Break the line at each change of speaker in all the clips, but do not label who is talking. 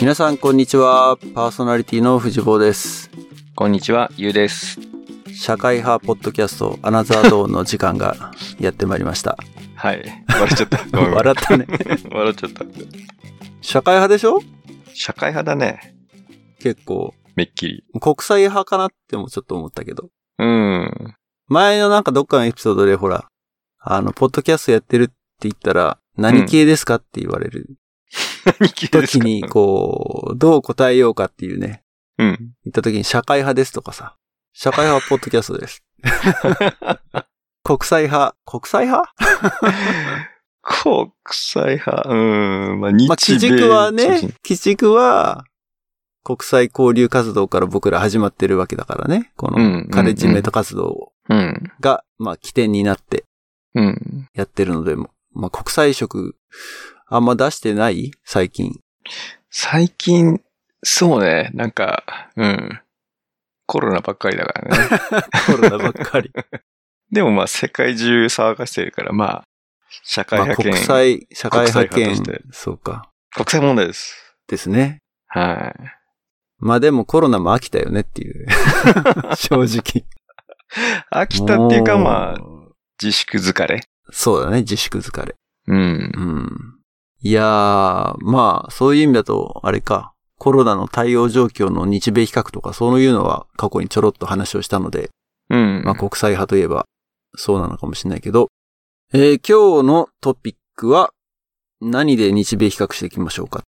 皆さんこんにちはパーソナリティの藤坊です
こんにちは、ゆうです。
社会派ポッドキャストアナザードーンの時間がやってまいりました
はい。笑っちゃった。 ごめんごめん
笑ったね
笑っちゃった。
社会派でしょ
社会派だね。
結構
めっきり。
国際派かなってもちょっと思ったけど
うん。
前のなんかどっかのエピソードでほらあのポッドキャストやってるって言ったら何系ですかって言われる
何系です
時
か
にこうどう答えようかっていうね
うん。
言った時に社会派ですとかさ社会派ポッドキャストです 国際派国際派
国際派。うん。まあ、日米
まあ、基軸は
中
ね
心、
基軸は、国際交流活動から僕ら始まってるわけだからね。こ
うんうんう
の
ん
カレッジメイト活動
うん。
が、まあ、起点になって
うん。
やってるので、まあ、国際色、あんま出してない最近。
最近、そうね。なんか、うん。コロナばっかりだから ね。
コロナばっか り。
でもまあ、世界中騒がしてるから、まあ、社会
まあ、
派
国
遣。
際、社会派
国際
遣
派とし。
そうか。
国際問題です。
ですね。
は
まあでもコロナも飽きたよねって いう。正直。
い。飽きたっていうか、まあ、
もう
自粛疲れ。
そうだね、自粛疲れ。
うん
う。ん。いやー、まあ、そういう意味だと、あれか、コロナの対応状況の日米比較とか、そういうのは過去にちょろっと話をしたので、
うん。
まあ、国際派といえば、そうなのかもしれないけど、えー今日のトピックは、何で日米比較していきましょうか。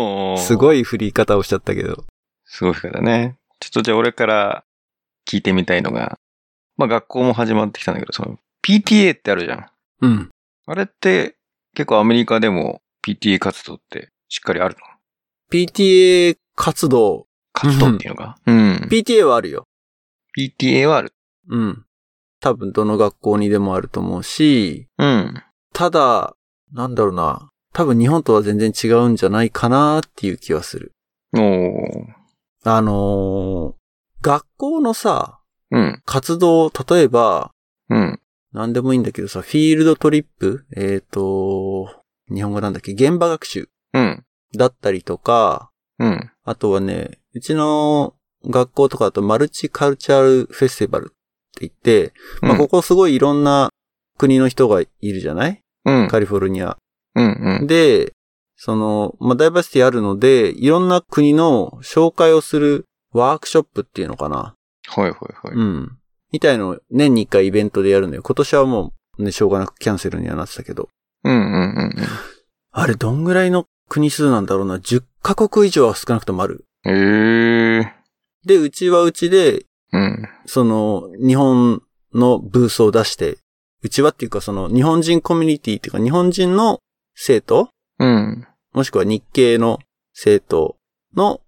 もう、
す
い。
ごい振り方をしちゃったけど。
すごいからね。ちょっとじゃあ俺から聞いてみたいのが、まあ学校も始まってきたんだけど、その PTA ってあるじゃん。
うん。
あれって結構アメリカでも PTA 活動ってしっかりあるの
PTA 活動。
活動っていうのが。うん。
PTA はあるよ。
PTA はある。
うん。多分どの学校にでもあると思うし、
うん。
ただ、なんだろうな。多分日本とは全然違うんじゃないかなっていう気はする。
おー。
あのー学校のさ、
うん。
活動、例えば、
うん。
なんでもいいんだけどさ、フィールドトリップ、えっ、と、日本語なんだっけ、現場学習
うん。
だったりとか、
うん。
あとはね、うちの学校とかだとマルチカルチャルフェスティバルって言って、まあここすごいいろんな国の人がいるじゃない
うん。
カリフォルニア
うん。うん。
で、その、まあ、ダイバーシティあるので、いろんな国の紹介をするワークショップっていうのかな。
はいはいは
う
い。
ん。みたいのを年に一回イベントでやるのよ。今年はもう、ね、しょうがなくキャンセルにはなってたけど。
うんうんうん
あれ、どんぐらいの国数なんだろうな。10カ国以上は少なくともある。
うん。えー。
で、うちはうちで、
うん。
その、日本のブースを出して、うちはっていうか、その、日本人コミュニティっていうか、日本人の生徒
うん。
もしくは日系の生徒の、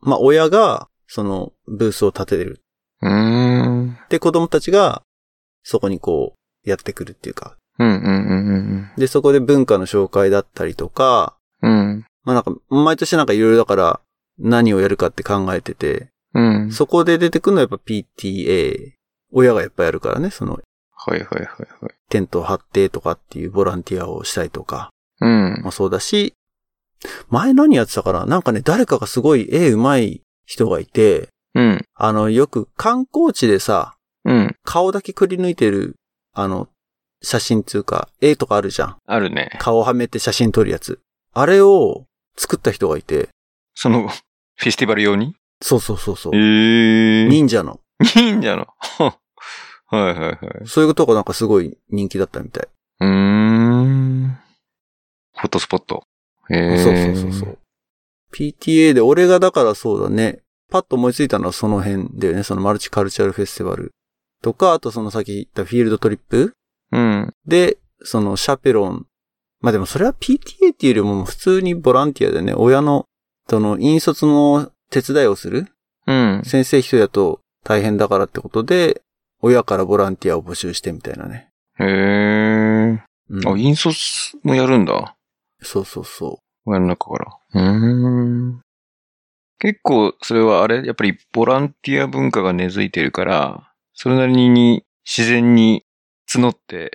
まあ、親が、その、ブースを立てる。
うーん。
で、子供たちが、そこにこう、やってくるっていうか。
うんうんうんうん
で、そこで文化の紹介だったりとか、
うん。うん。
まあ、なんか、毎年なんかいろいろだから、何をやるかって考えてて、
うん。
そこで出てくるのはやっぱ PTA。親がやっぱやるからね、その、
はいはいはいはい。
テントを張ってとかっていうボランティアをしたりとか
うん
も。そうだし、前何やってたかななんかね、誰かがすごい絵うまい人がいて、
うん。
あの、よく観光地でさ、
うん。
顔だけくり抜いてる、あの、写真つうか、絵とかあるじゃん。
あるね。
顔はめて写真撮るやつ。あれを作った人がいて、
その、フェスティバル用に
そうそうそうそう。
ええ。
忍者の。
忍者の。 はいはいはい。
そういうとこなんかすごい人気だったみたい。
うーん。フォトスポット。ええ。
そうそうそうそう。。PTA で、俺がだからそうだね。パッと思いついたのはその辺だよね。そのマルチカルチャルフェスティバルとか、あとその先言ったフィールドトリップ
うん。
で、そのシャペロン。まあでもそれは PTA っていうよりも普通にボランティアでね、親の、その、引率の手伝いをする
うん。
先生一人だと大変だからってことで、親からボランティアを募集してみたいなね。
へえ。
うん
あ、引率もやるんだ。
そうそうそ
親の中から。うーん。結構、それはあれやっぱりボランティア文化が根付いてるから、それなりに自然に募って
う。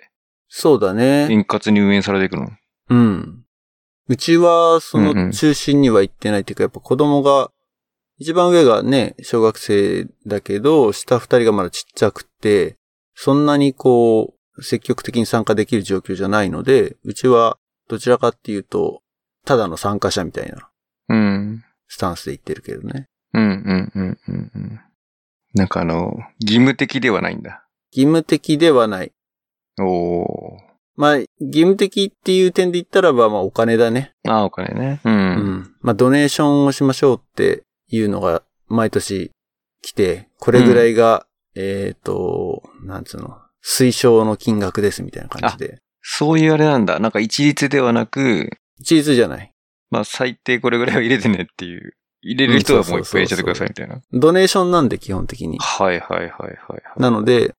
そうだね。
円滑に運営されていくの。
うん。うちは、そ
うんうん
の中心には行ってないっていうか、やっぱ子供が、一番上がね、小学生だけど、下二人がまだちっちゃくて、そんなにこう、積極的に参加できる状況じゃないので、うちはどちらかっていうと、ただの参加者みたいな
うん。
スタンスで行ってるけどね。
うん、うん、うん、うん。うんなんかあの、義務的ではないんだ。
義務的ではない。
おー。
まあ、義務的っていう点で言ったらば、まあお金だね。
ああ、お金ね。う。
うんん。まあ、ドネーションをしましょうっていうのが、毎年来て、これぐらいが、えっ、と、なんつうの、推奨の金額ですみたいな感じで。
そういうあれなんだ。なんか一律ではなく、
チーズじゃない。
まあ最低これぐらいは入れてねっていう。入れる人はもういっぱい入れちゃってくださいみたいな。
ドネーションなんで、基本的に。
はいはいはいはいはい。
なので、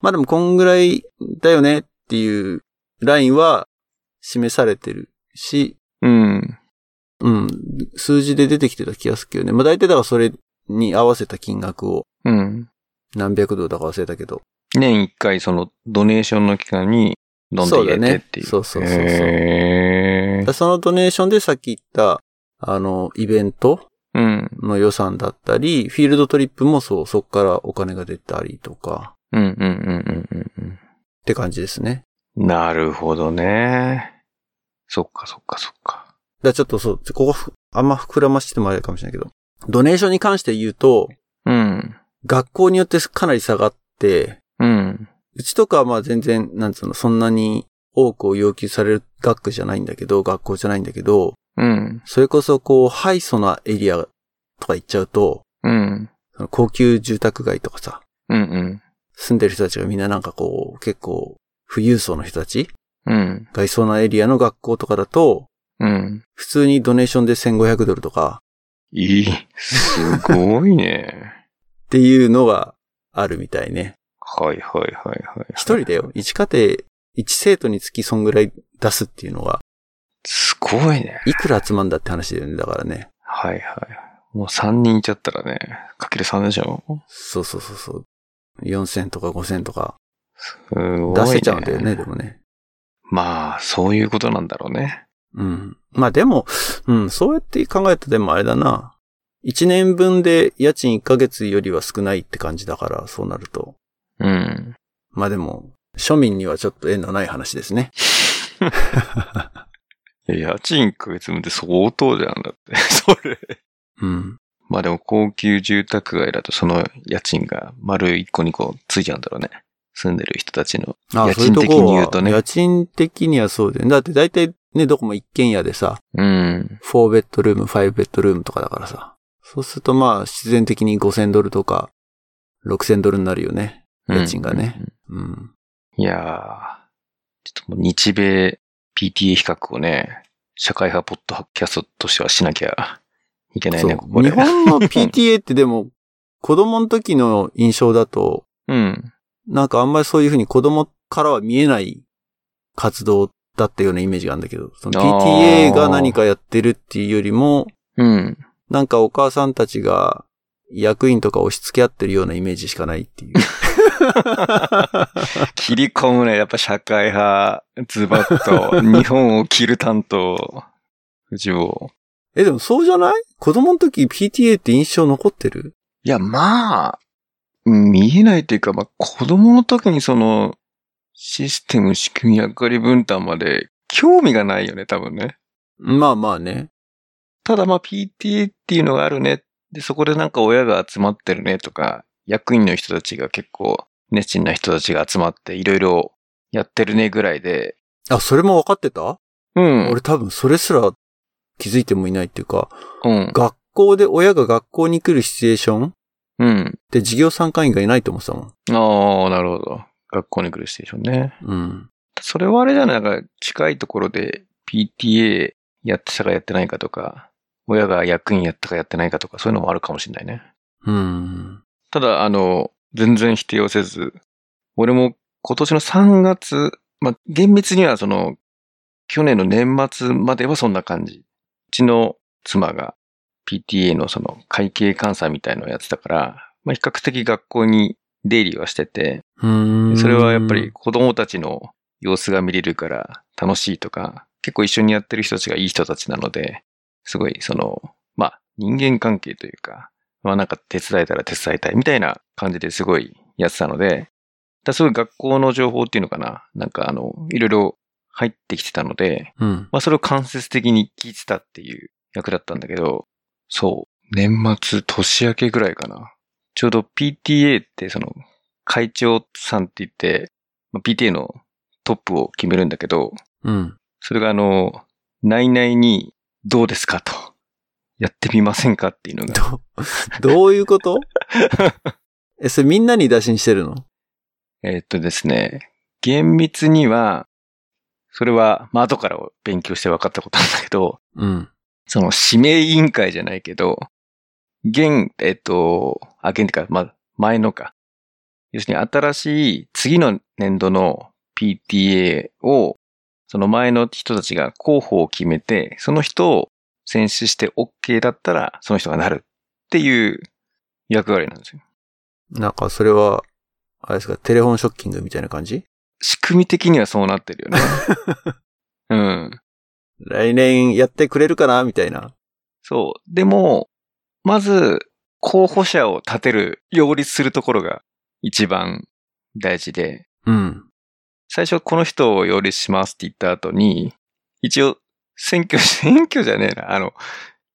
まあでもこんぐらいだよねっていうラインは示されてるし、
うん。
うん、数字で出てきてた気がするけどね。まあ大体だからそれに合わせた金額を
うん。
何百ドルだか忘れたけど、
年一回そのドネーションの期間にどんどん入れてっていう。
そうだねそうそうそうそう
へ
だからそのドネーションでさっき言った、あの、イベント
ーうん。
の予算だったり、フィールドトリップもそう、そっからお金が出たりとか、
うんうんうんうんうん
って感じですね。
うん。なるほどね。そっかそっかそっか。
だからちょっとそう、ここふ、あんま膨らましてもあれかもしれないけど、ドネーションに関して言うと、
うん。
学校によってかなり下がって、
うん。
うちとかはまあ全然、なんつうの、そんなに多くを要求される学区じゃないんだけど、学校じゃないんだけど、
うん。
それこそこう、ハイソなエリアとか行っちゃうと、
うん。
その高級住宅街とかさ、
うんうん。
住んでる人たちがみんななんかこう、結構、富裕層の人たち
うん。
がいそうなエリアの学校とかだと、
うん。
普通にドネーションで1500ドルとか
いい。すごいね。
っていうのがあるみたいね。
はいはいはいはい。
一人だよ。一家庭、一生徒につきそんぐらい出すっていうのが、
すごいね。
いくら集まんだって話だよね。だからね。
はいはい。もう3人いちゃったらね、かける3でしょ
そうそうそうそう。4000とか5000とか
すごい、ね。
出せちゃうんだよね、でもね。
まあ、そういうことなんだろうね。
うん。まあでも、うん、そうやって考えたらでもあれだな。1年分で家賃1ヶ月よりは少ないって感じだから、そうなると。
うん。
まあでも、庶民にはちょっと縁のない話ですね。
いや家賃1ヶ月分って相当じゃんだって。 それ。
うん。
まあでも高級住宅街だとその家賃が丸1個2個ついちゃうんだろうね。住んでる人たちの。
あ
家
そういう
賃
と
的
こ
に
は
言うとね
家賃的にはそうだよね。だって大体ね、どこも一軒家でさ、
うん。
4ベッドルーム、5ベッドルームとかだからさ。そうするとまあ、自然的に5000ドルとか、6000ドルになるよね。
うん
家賃がね。うん。
いやー、ちょっともう日米 PTA 比較をね、社会派ポッドキャストとしてはしなきゃいけない
そう
ね、ここで。
日本 の PTA ってでも、子供の時の印象だと、
うん。
なんかあんまりそういうふうに子供からは見えない活動だったようなイメージがあるんだけど、その
あー
PTA が何かやってるっていうよりも、
うん。
なんかお母さんたちが役員とか押し付け合ってるようなイメージしかない っていう。
切り込むね、やっぱ社会派、ズバ ッと、日本を切る担当、藤尾。
え、でもそうじゃない子供の時 PTA って印象残ってる
いや、まあ、うん見えないというか、まあ、子供の時にその、システム、仕組み、役割分担まで、興味がないよね、多分ね。
まあまあね。
ただまあ PTA っていうのがあるね。で、そこでなんか親が集まってるねとか、役員の人たちが結構熱心な人たちが集まっていろいろやってるねぐらいで。
あ、それも分かってた、
うん。
俺多分それすら気づいてもいないっていうか、
うん。
学校で親が学校に来るシチュエーションっ
うん。
て授業参加員がいないと思ってたもん。
ああ、なるほど。学校に来るステーションね。
うん。
それはあれじゃないなんか近いところで PTA やってたかやってないかとか、親が役員やったかやってないかとか、そういうのもあるかもしれないね。
うん。
ただ、あの、全然否定をせず、俺も今年の3月、まあ、厳密にはその、去年の年末まではそんな感じ。うちの妻が PTA のその会計監査みたいのをやってたから、まあ、比較的学校に出入りはしてて、
うん。
それはやっぱり子供たちの様子が見れるから楽しいとか、結構一緒にやってる人たちがいい人たちなので、すごいその、まあ人間関係というか、まあなんか手伝えたら手伝いたいみたいな感じですごいやってたので、だすごい学校の情報っていうのかな、なんかあの、いろいろ入ってきてたので、
うん。
まあそれを間接的に聞いてたっていう役だったんだけど、そう、年末年明けぐらいかな。ちょうど PTA ってその会長さんって言って、まあ PTA のトップを決めるんだけど、
うん。
それがあの、内々にどうですかと、やってみませんかっていうのが、
ど、どう いうこと え、それみんなに打診してるの
えーっとですね、厳密には、それは、まあ後から勉強して分かったことなんだけど、
うん。
その指名委員会じゃないけど、現、えっと、あ、現ってか、ま、前のか。要するに新しい次の年度の PTA を、その前の人たちが候補を決めて、その人を選出して OK だったら、その人がなるっていう役割なんですよ。
なんかそれは、あれですか、テレフォンショッキングみたいな感じ
仕組み的にはそうなってるよね。うん。
来年やってくれるかなみたいな。
そう。でも、まず、候補者を立てる、擁立するところが一番大事で、
うん。
最初この人を擁立しますって言った後に、一応、選挙、 選挙じゃねえな、あの、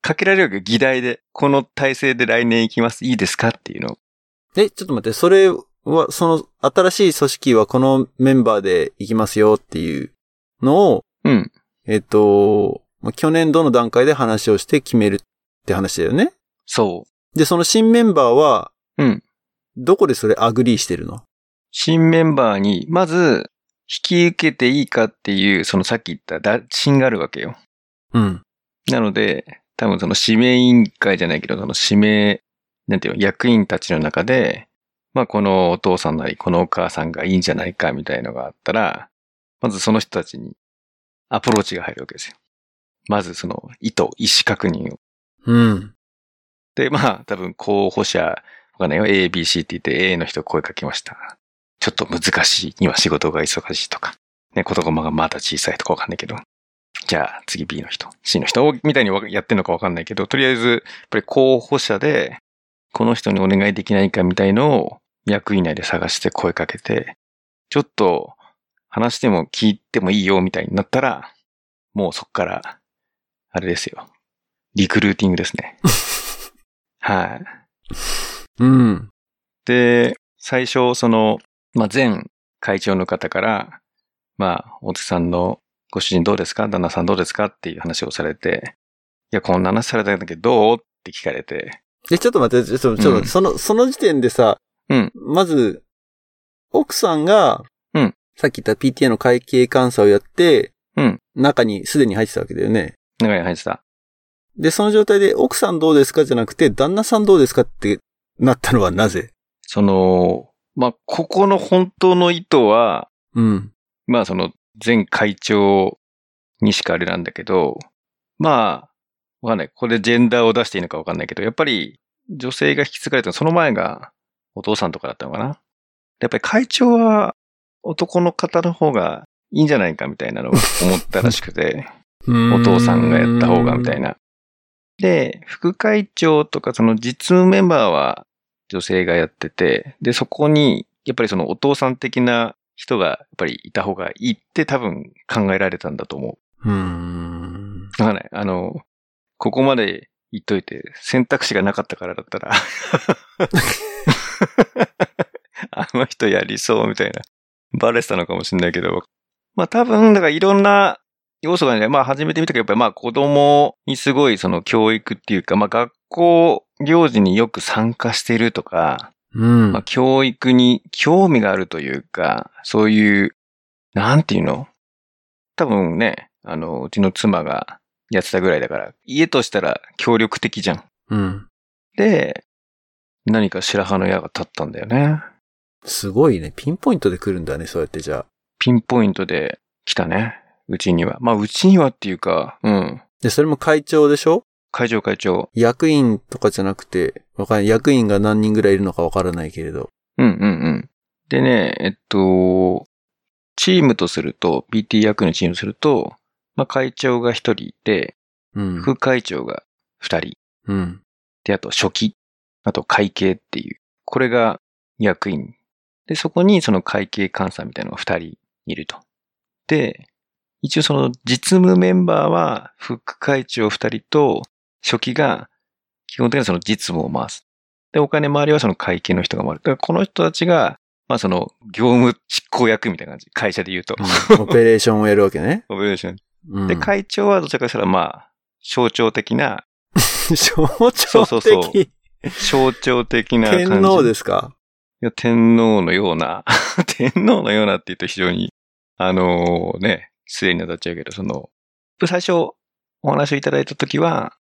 かけられるわけ議題で、この体制で来年行きます、いいですかっていうのを
え、ちょっと待って、それは、その、新しい組織はこのメンバーで行きますよっていうのを、
うん。
えっ、と、まあ去年度の段階で話をして決めるって話だよね。
そ
で、その新メンバーは、
う。うん。
どこでそれアグリーしてるの
新メンバーに、まず、引き受けていいかっていう、そのさっき言った打診があるわけよ。
うん。
なので、多分その指名委員会じゃないけど、その指名、なんていうの、役員たちの中で、まあこのお父さんなり、このお母さんがいいんじゃないかみたいのがあったら、まずその人たちにアプローチが入るわけですよ。まずその意図、意思確認を。
うん。
で、まあ多分候補者、わかんないよ、A、B、C って言って A の人声かけました。ちょっと難しい。今仕事が忙しいとか。ね、子供がまだ小さいとかわかんないけど。じゃあ次 B の人、C の人みたいにわやってんのかわかんないけど、とりあえず、やっぱり候補者で、この人にお願いできないかみたいのを役員内で探して声かけて、ちょっと話しても聞いてもいいよみたいになったら、もうそっから、あれですよ。リクルーティングですね。はい。
うん。
で、最初、その、まあ、前会長の方から、まあ、大津さんのご主人どうですか旦那さんどうですかっていう話をされて、いや、こんな話されたんだけど、どうって聞かれて、
え、ちょっと待って、ちょっと、ちょっと、
うん
その、その時点でさ、
うん
まず、奥さんが、
うん
さっき言った PTA の会計監査をやって、
うん
中にすでに入ってたわけだよね。
中に入ってた。
で、その状態で奥さんどうですかじゃなくて、旦那さんどうですかってなったのはなぜ
その、まあ、ここの本当の意図は、
うん。
まあ、その、前会長にしかあれなんだけど、まあ、わかんない。ここでジェンダーを出していいのかわかんないけど、やっぱり女性が引き継がれたのその前がお父さんとかだったのかな。やっぱり会長は男の方の方がいいんじゃないかみたいなのを思ったらしくて、お父さんがやった方がみたい。な。で、副会長とかその実務メンバーは女性がやってて、で、そこにやっぱりそのお父さん的な人がやっぱりいた方がいいって多分考えられたんだと思う。
うん。
わかんない。あの、ここまで言っといて、選択肢がなかったからだったら、あの人やりそうみたいな、バレてたのかもしれないけど、まあ多分、だからいろんな要素がね、まあ始めてみたけど、やっぱりまあ子供にすごいその教育っていうか、まあ学校行事によく参加してるとか、
うん
まあ、。教育に興味があるというか、そういう、なんていうの多分ね、あの、うちの妻がやってたぐらいだから、家としたら協力的じゃん。
うん。
で、何か白羽の矢が立ったんだよね。
すごいね。ピンポイントで来るんだね、そうやってじゃあ。
ピンポイントで来たね。うちには。まあ、うちにはっていうか、うん。
で、それも会長でしょ
会長会長。
役員とかじゃなくて、わかんない。役員が何人ぐらいいるのかわからないけれど。
うんうんうん。でね、えっと、チームとすると、PT 役のチームとすると、まあ、会長が一人いて、
うん。
副会長が二人、
うん。
で、あと初期、あと会計っていう、これが役員。で、そこにその会計監査みたいなのが二人いると。で、一応その実務メンバーは副会長二人と初期が基本的にはその実務を回す。で、お金回りはその会計の人が回る。だからこの人たちが、まあその業務執行役みたいな感じ。会社で言うと。
オペレーションをやるわけね。
オペレーション
うん。
で、会長はどちらかとしたらまあ象徴的な、
象徴的。
そうそうそう象徴的な感じ。
天皇ですか
いや、天皇のような、 天皇のようなって言うと非常に、あのね、失礼に当たっちゃうけど、その、最初お話をいただいたときは、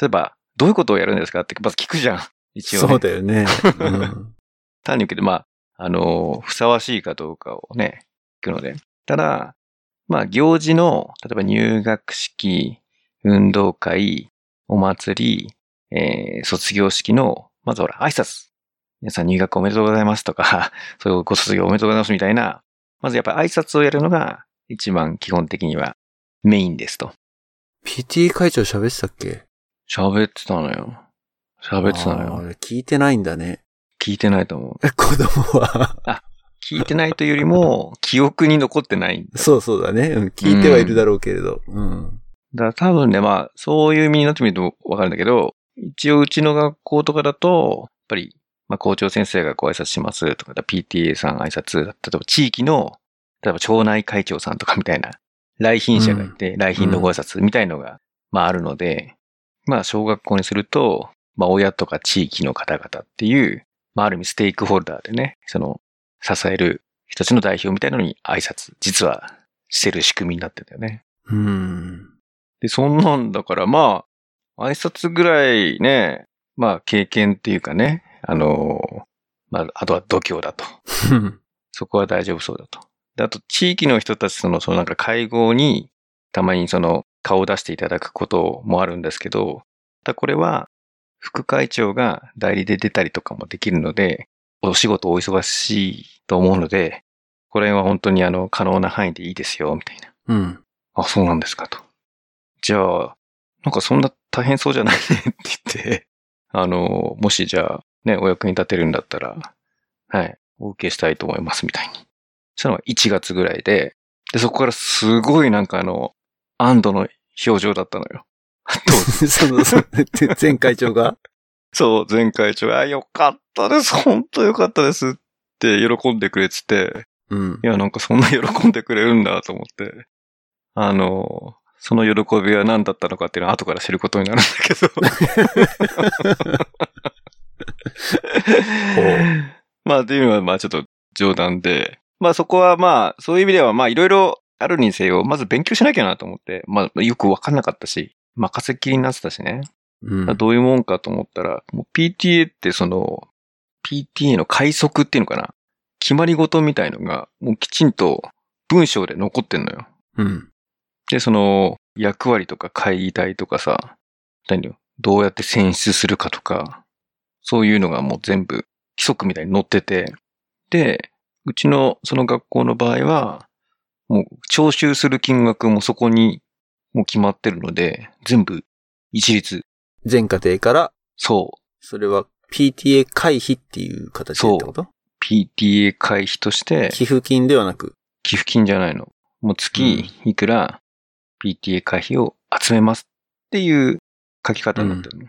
例えば、どういうことをやるんですかって、まず聞くじゃん。一応、
そう
ね。
だよね。うん
単に受けて、まあ、あのふさわしいかどうかをね、聞くので。ただ、まあ、行事の、例えば入学式、運動会、お祭り、えー、卒業式の、まずほら、挨拶。皆さん入学おめでとうございますとか、 そういうご卒業おめでとうございますみたいな、まずやっぱり挨拶をやるのが一番基本的にはメインですと。
PT 会長喋ってたっけ
喋ってたのよ。喋ってたの
あー
よ。
俺聞いてないんだね。
聞いてないと思う。
え子供は。
聞いてないというよりも、記憶に残ってない
そうそうだね。うん聞いてはいるだろうけれど。うん。
だから多分ね、まあ、そういう身になってみるとわかるんだけど、一応うちの学校とかだと、やっぱり、まあ、校長先生がご挨拶しますとか、PTA さん挨拶、例えば地域の、例えば町内会長さんとかみたいな、来賓者がいて、来賓のご挨拶みたいのが、まあ、あるので、まあ、小学校にすると、まあ、親とか地域の方々っていう、まあ、ある意味ステークホルダーでね、その、支える人たちの代表みたいなのに挨拶、実はしてる仕組みになってんだよね。
うん。
で、そんなんだから、まあ、挨拶ぐらいね、まあ、経験っていうかね、あの、まあ、あとは度胸だと。そこは大丈夫そうだと。で、あと、地域の人たちとの、そのなんか会合に、たまにその顔を出していただくこともあるんですけど、ただこれは、副会長が代理で出たりとかもできるので、お仕事お忙しいと思うので、これは本当にあの、可能な範囲でいいですよ、みたいな。
うん。
あ、そうなんですかと。じゃあ、なんかそんな大変そうじゃないねって言って、あの、もしじゃあ、ね、お役に立てるんだったら、はい、お受けしたいと思いますみたいに。そのが1月ぐらいで、で、そこからすごいなんかあの、安堵の表情だったのよ。どう
その、その前会長が。
そう、前会長が、あ、よかったです、本当よかったですって喜んでくれてて、
うん
い。や、なんかそんな喜んでくれるんだと思って。あの、その喜びは何だったのかっていうのは後から知ることになるんだけど。 まあ、っていうのは、まあちょっと冗談で。まあそこはまあ、そういう意味ではまあいろいろあるにせよ、まず勉強しなきゃなと思って。まあよくわかんなかったし、任せっきりになってたしね。
うん
どういうもんかと思ったら、もう PTA ってその、PTA の快速っていうのかな決まり事みたいのが、もうきちんと文章で残ってんのよ。
うん。
で、その、役割とか会議体とかさ、何よ、どうやって選出するかとか、そういうのがもう全部規則みたいに載ってて、で、うちのその学校の場合は、もう徴収する金額もそこにもう決まってるので、全部一律。
全家庭から、
そう、
それは PTA 回避っていう形でってこと
PTA 会費として、
寄付金ではなく。
寄付金じゃないの。もう月いくら PTA 会費を集めますっていう書き方になってるの。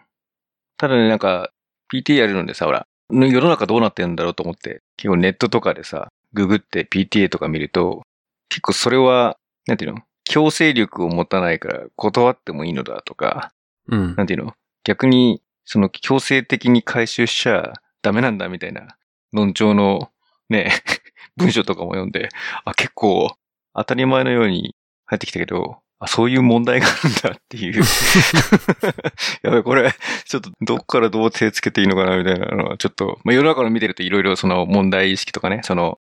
ただね、なんか PTA やるのでさ、ほら、世の中どうなってるんだろうと思って、結構ネットとかでさ、ググって PTA とか見ると、結構それは、なんていうの強制力を持たないから断ってもいいのだとか、
うん
なんていうの逆に、その強制的に回収しちゃダメなんだみたいな、論調のね、 文章とかも読んで、あ、結構当たり前のように入ってきたけど、あ、そういう問題があるんだっ ていう。 やべ、これ、ちょっとどっからどう手つけていいのかなみたいなのは、ちょっと、まあ、世の中の見てるといろいろその問題意識とかね、その、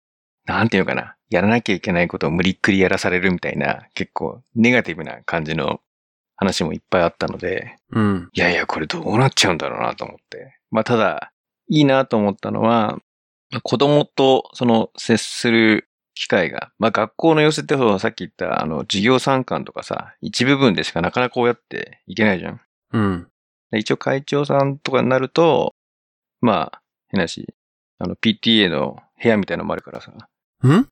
なんていうのかな、やらなきゃいけないことを無理っくりやらされるみたいな、結構ネガティブな感じの話もいっぱいあったので、
うん。
いやいや、これどうなっちゃうんだろうなと思って。まあ、ただ、いいなと思ったのは、まあ子供とその接する機会が、まあ学校の寄せってほどさっき言った、あの、授業参観とかさ、一部分でしかなかなかこうやっていけないじゃん。
うん。
で一応会長さんとかになると、まあ、変なし、あの、PTA の部屋みたいなのもあるからさ、
ん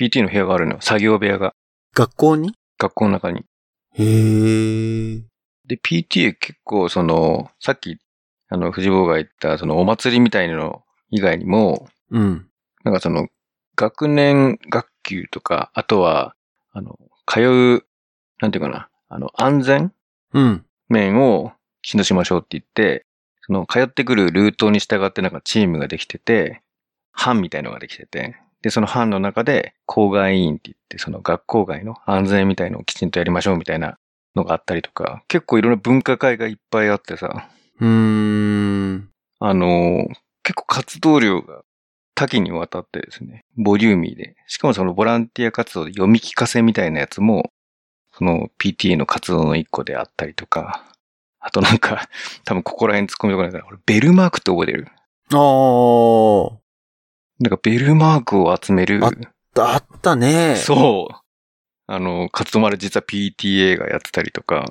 PT の部屋があるのよ。作業部屋が。
学校に
学校の中に。
へー。
で、PTA 結構その、さっき、あの、藤坊が言った、そのお祭りみたいなの以外にも、
うん。
なんかその、学年学級とか、あとは、あの、通う、なんていうかな、あの、安全
うん。
面を指導しましょうって言って、その、通ってくるルートに従ってなんかチームができてて、班みたいのができてて、で、その班の中で、校外委員って言って、その学校外の安全みたいのをきちんとやりましょうみたいなのがあったりとか、結構いろんな文化会がいっぱいあってさ、
うーん。
あのー結構活動量が多岐にわたってですね、ボリューミーで、しかもそのボランティア活動で読み聞かせみたいなやつも、その PTA の活動の一個であったりとか、あとなんか、 多分ここら辺突っ込みとかないから、俺ベルマークって覚えてる
あー。
なんかベルマークを集める、
あだったね。
そう、あの、活動まで実は PTA がやってたりとか、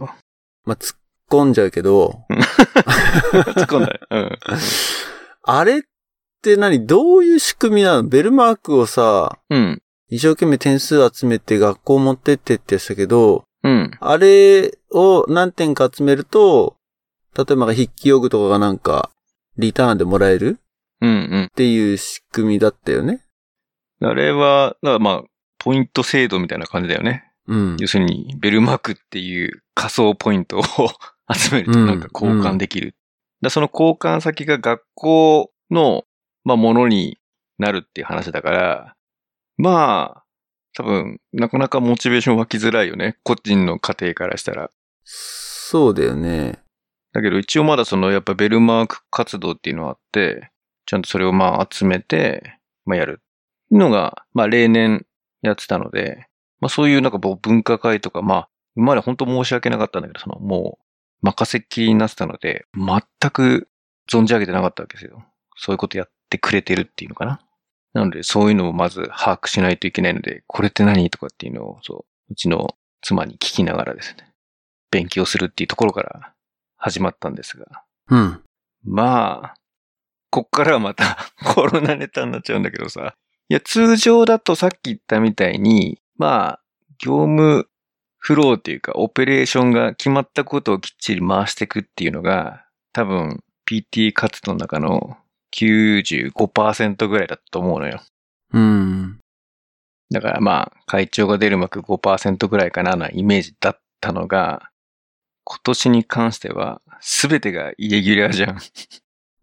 まあ、突っ込んじゃうけ ど、
突っ込んだ。うん。
あれって何どういう仕組みなのベルマークをさ、
うん。
一生懸命点数集めて学校持ってってってやしたけど、
うん。
あれを何点か集めると、例えば筆記用具とかがなんか、リターンでもらえる
うん。うん。
っていう仕組みだったよね。
あれは、だからまあ、ポイント制度みたいな感じだよね。
うん。
要するに、ベルマークっていう仮想ポイントを集めると
うん
なんか交換できる。だその交換先が学校の、まあ、ものになるっていう話だから、まあ、多分、なかなかモチベーション湧きづらいよね。個人の家庭からしたら。
そうだよね。
だけど一応まだそのやっぱベルマーク活動っていうのがあって、ちゃんとそれをまあ集めて、まあやるのが、まあ例年やってたので、まあそういうなんかもう文化会とか、まあ今まで本当申し訳なかったんだけど、そのもう任せっきりになってたので、全く存じ上げてなかったわけですよ。そういうことやってくれてるっていうのかな。なのでそういうのをまず把握しないといけないので、これって何とかっていうのを、そう、うちの妻に聞きながらですね、勉強するっていうところから始まったんですが。
うん。
まあ、こっからはまた コロナネタになっちゃうんだけどさ。いや、通常だとさっき言ったみたいに、まあ、業務フローっていうか、オペレーションが決まったことをきっちり回していくっていうのが、多分 PT 活動の中の95%ぐらいだと思うのよ。
うん。
だからまあ、会長が出る幕5%ぐらいかななイメージだったのが、今年に関しては、すべてがイレギュラーじゃん。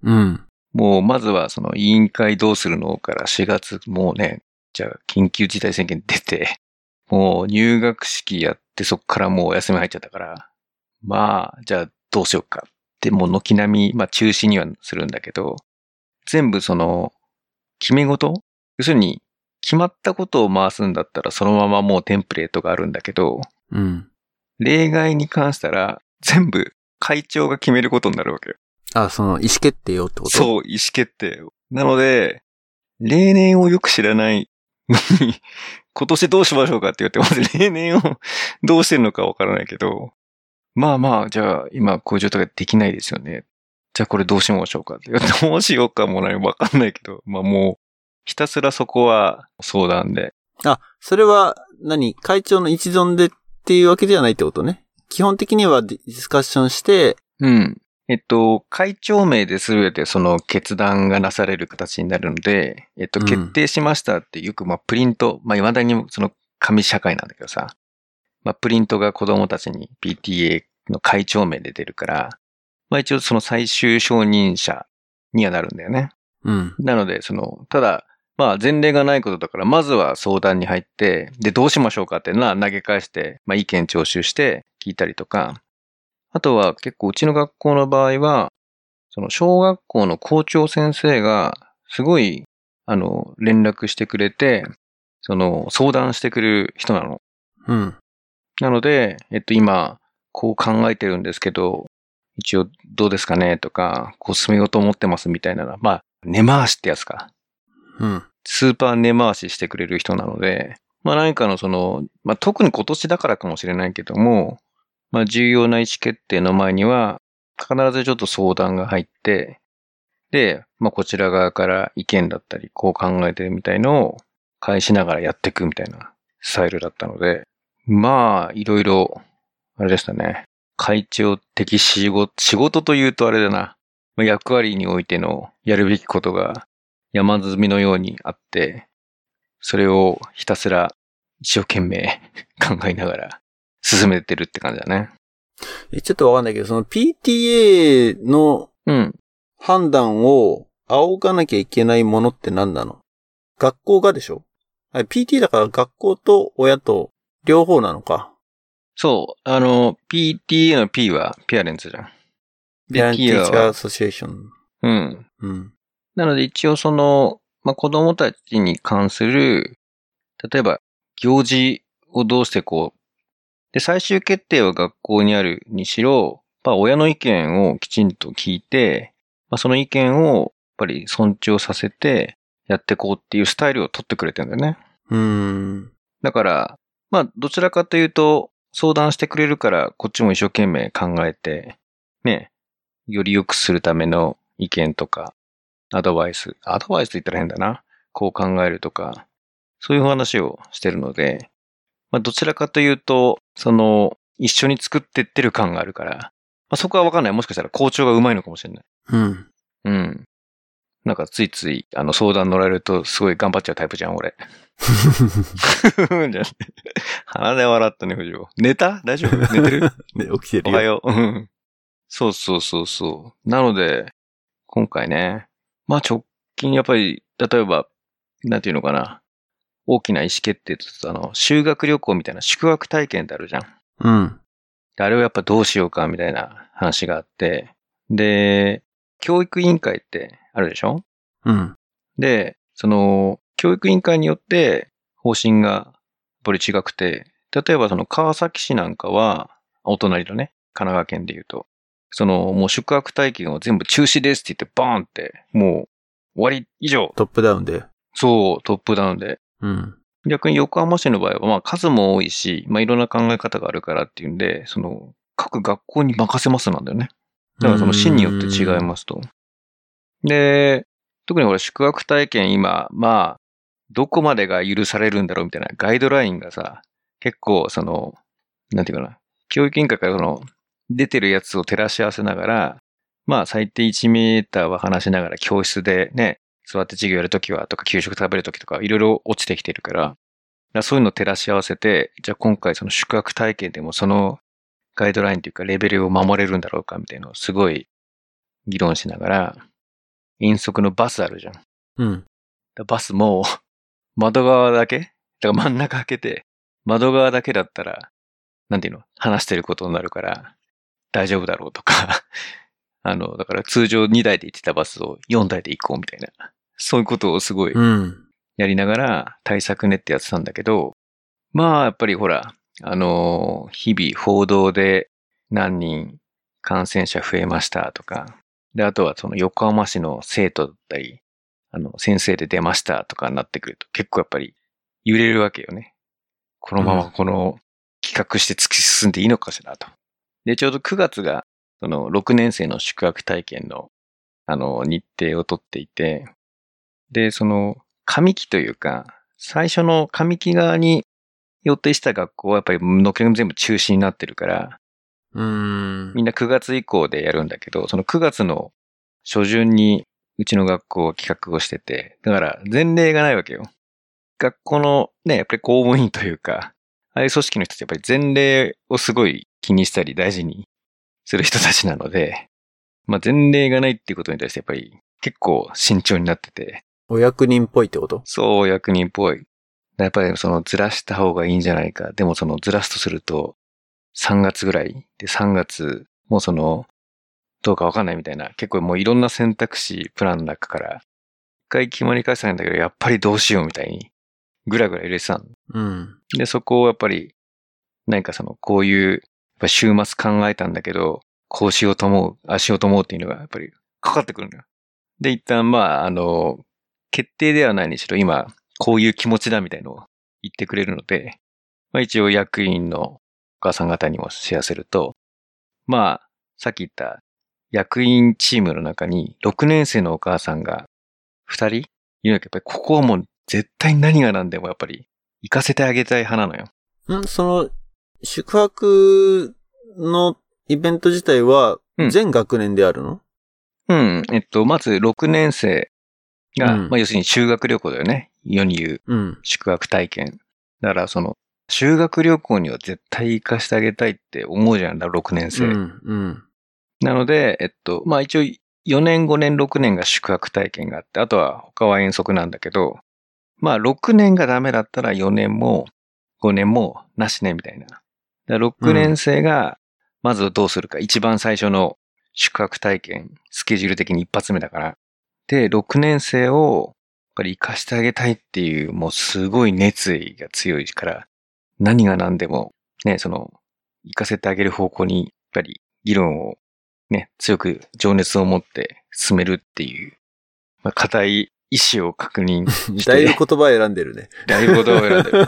うん。
もう、まずはその委員会どうするのから4月、もうね、じゃあ緊急事態宣言出て、 もう入学式やってそっからもうお休み入っちゃったから、まあ、じゃあどうしようかって、もう軒並み、まあ中止にはするんだけど、全部その、決め事要するに、決まったことを回すんだったらそのままもうテンプレートがあるんだけど、
うん。
例外に関したら全部会長が決めることになるわけよ
あ、その、意思決定をってことう。
そう、意思決定を。なので、例年をよく知らないのに、 今年どうしましょうかって言って、まず 例年をどうしてるのかわからないけど、まあまあ、じゃあ今こういう状態ができないですよね。じゃあこれどうしましょうかって言って、どうしようかもないわかんないけど、まあもう、ひたすらそこは相談で。
あ、それは何、会長の一存でっていうわけではないってことね。基本的にはディスカッションして、
うん。えっと、会長名で全てその決断がなされる形になるので、えっと、
うん
決定しましたってよく、まあ、プリント、まあ、未だにその紙社会なんだけどさ、まあ、プリントが子供たちに PTA の会長名で出るから、まあ、一応その最終承認者にはなるんだよね。
うん。
なので、その、ただ、まあ前例がないことだから、まずは相談に入って、で、どうしましょうかってな、投げ返して、まあ意見徴収して聞いたりとか、あとは結構うちの学校の場合は、その小学校の校長先生が、すごい、あの、連絡してくれて、その、相談してくれる人なの。
うん。
なので、えっと、今、こう考えてるんですけど、一応どうですかねとか、こう進めようと思ってますみたいなのは、まあ、根回しってやつか。
うん。
スーパー根回ししてくれる人なので、まあ何かのその、まあ特に今年だからかもしれないけども、まあ重要な意思決定の前には、必ずちょっと相談が入って、で、まあこちら側から意見だったり、こう考えてるみたいのを返しながらやっていくみたいなスタイルだったので、まあいろいろ、あれでしたね。会長的仕事、仕事というとあれだな。まあ役割においてのやるべきことが山積みのようにあって、それをひたすら一生懸命 考えながら進めてるって感じだね。
えちょっとわかんないけど、その PTA の
うん。
判断を仰がなきゃいけないものって何なの学校がでしょあれ ?PT だから学校と親と両方なのか。
そう。あの、PTA の P はピアレンツじゃん。
ペアンティーチャー
P は
アソシエーション。
うん。
うん。
なので一応その、まあ、子供たちに関する、例えば行事をどうしてこう、で、最終決定は学校にあるにしろ、まあ、親の意見をきちんと聞いて、まあ、その意見をやっぱり尊重させてやっていこうっていうスタイルを取ってくれてるんだよね。
うーん。
だから、まあ、どちらかというと、相談してくれるから、こっちも一生懸命考えて、ね、より良くするための意見とか、アドバイス、アドバイスと言ったら変だな。こう考えるとか、そういう話をしてるので、まあ、どちらかというと、その、一緒に作ってってる感があるから、まあ、そこはわかんない。もしかしたら校長がうまいのかもしれない。
うん。
うん。なんかついつい、あの、相談乗られると、すごい頑張っちゃうタイプじゃん、俺。ふふ んじゃね鼻で笑ったね、藤尾。寝た大丈夫寝てる
ね、起きて
お
る
は
よ。
よう。うんそうそうそうそう。なので、今回ね、まあ直近やっぱり、例えば、なんていうのかな。大きな意思決定とすると、あの、修学旅行みたいな宿泊体験ってあるじゃん。
うん。
であれをやっぱどうしようかみたいな話があって、で、教育委員会ってあるでしょ
うん。
で、その、教育委員会によって方針がやっぱり違くて、例えばその川崎市なんかは、お隣のね、神奈川県で言うと、その、もう宿泊体験を全部中止ですって言って、バーンって、もう、終わり以上。
トップダウンで。
そう、トップダウンで。
うん。
逆に横浜市の場合は、まあ数も多いし、まあいろんな考え方があるからっていうんで、その、各学校に任せますなんだよね。だからその市によって違いますと。で、特にこれ宿泊体験今、まあ、どこまでが許されるんだろうみたいなガイドラインがさ、結構その、なんていうかな、教育委員会からその、出てるやつを照らし合わせながら、まあ最低1メーターは話しながら教室でね、座って授業やるときはとか給食食べるときとかいろいろ落ちてきてるから、だからそういうのを照らし合わせて、じゃあ今回その宿泊体験でもそのガイドラインというかレベルを守れるんだろうかみたいなのをすごい議論しながら、遠足のバスあるじゃん。だか
うん。
らバスも窓側だけだから真ん中開けて、窓側だけだったら、なんていうの話してることになるから、大丈夫だろうとか、 あの、だから通常2台で行ってたバスを4台で行こうみたいな、そういうことをすごい
うん。
やりながら対策ねってやってたんだけど、まあやっぱりほら、あのー日々報道で何人感染者増えましたとか、で、あとはその横浜市の生徒だったり、あの、先生で出ましたとかになってくると結構やっぱり揺れるわけよね。このままこの企画して突き進んでいいのかしらと。で、ちょうど9月がその6年生の宿泊体験のあの日程を取っていて、で、その上期というか、最初の上期側に予定した学校はやっぱり軒並み全部中止になってるから、
うん。
みんな9月以降でやるんだけど、その9月の初旬にうちの学校は企画をしてて、だから前例がないわけよ。学校のね、やっぱり公務員というか、ああいう組織の人ってやっぱり前例をすごい気にしたり大事にする人たちなので、まあ前例がないっていうことに対してやっぱり結構慎重になってて、
お役人っぽいってこと
そう、役人っぽい。やっぱりそのずらした方がいいんじゃないか。でもそのずらすとすると、3月ぐらい。で、3月、もうその、どうかわかんないみたいな。結構もういろんな選択肢、プランの中から、一回決まり返したんだけど、やっぱりどうしようみたいに、ぐらぐら入れてたの
うん。
で、そこをやっぱり、なんかその、こういう、やっぱ週末考えたんだけど、こうしようと思う、ああしようと思うっていうのが、やっぱり、かかってくるのよ。で、一旦まあ、あの、決定ではないにしろ今、こういう気持ちだみたいのを言ってくれるので、まあ一応役員のお母さん方にも知らせると、まあ、さっき言った役員チームの中に6年生のお母さんが2人いるわけやっぱりここはもう絶対何が何でもやっぱり行かせてあげたい派なのよ。
んその、宿泊のイベント自体は
うん、
全学年であるの、
うん。えっと、まず6年生が、
うん
まあ要するに修学旅行だよね。世に言う
うん、
宿泊体験。だからその、修学旅行には絶対行かしてあげたいって思うじゃんだ、6年
う
生。
ん。うん。
なので、えっと、まあ一応4年、5年、6年が宿泊体験があって、あとは他は遠足なんだけど、まあ6年がダメだったら4年も5年もなしねみたいな。だから6年生がまずどうするか、一番最初の宿泊体験、スケジュール的に一発目だから。で、6年生をやっぱり生かしてあげたいっていう、もうすごい熱意が強いから、何が何でも、ね、その、生かせてあげる方向に、やっぱり議論をね、強く情熱を持って進めるっていう、まあ、固い意志を確認し
だい
て、
ぶ言葉選んでるね。
だいぶことを選んでる。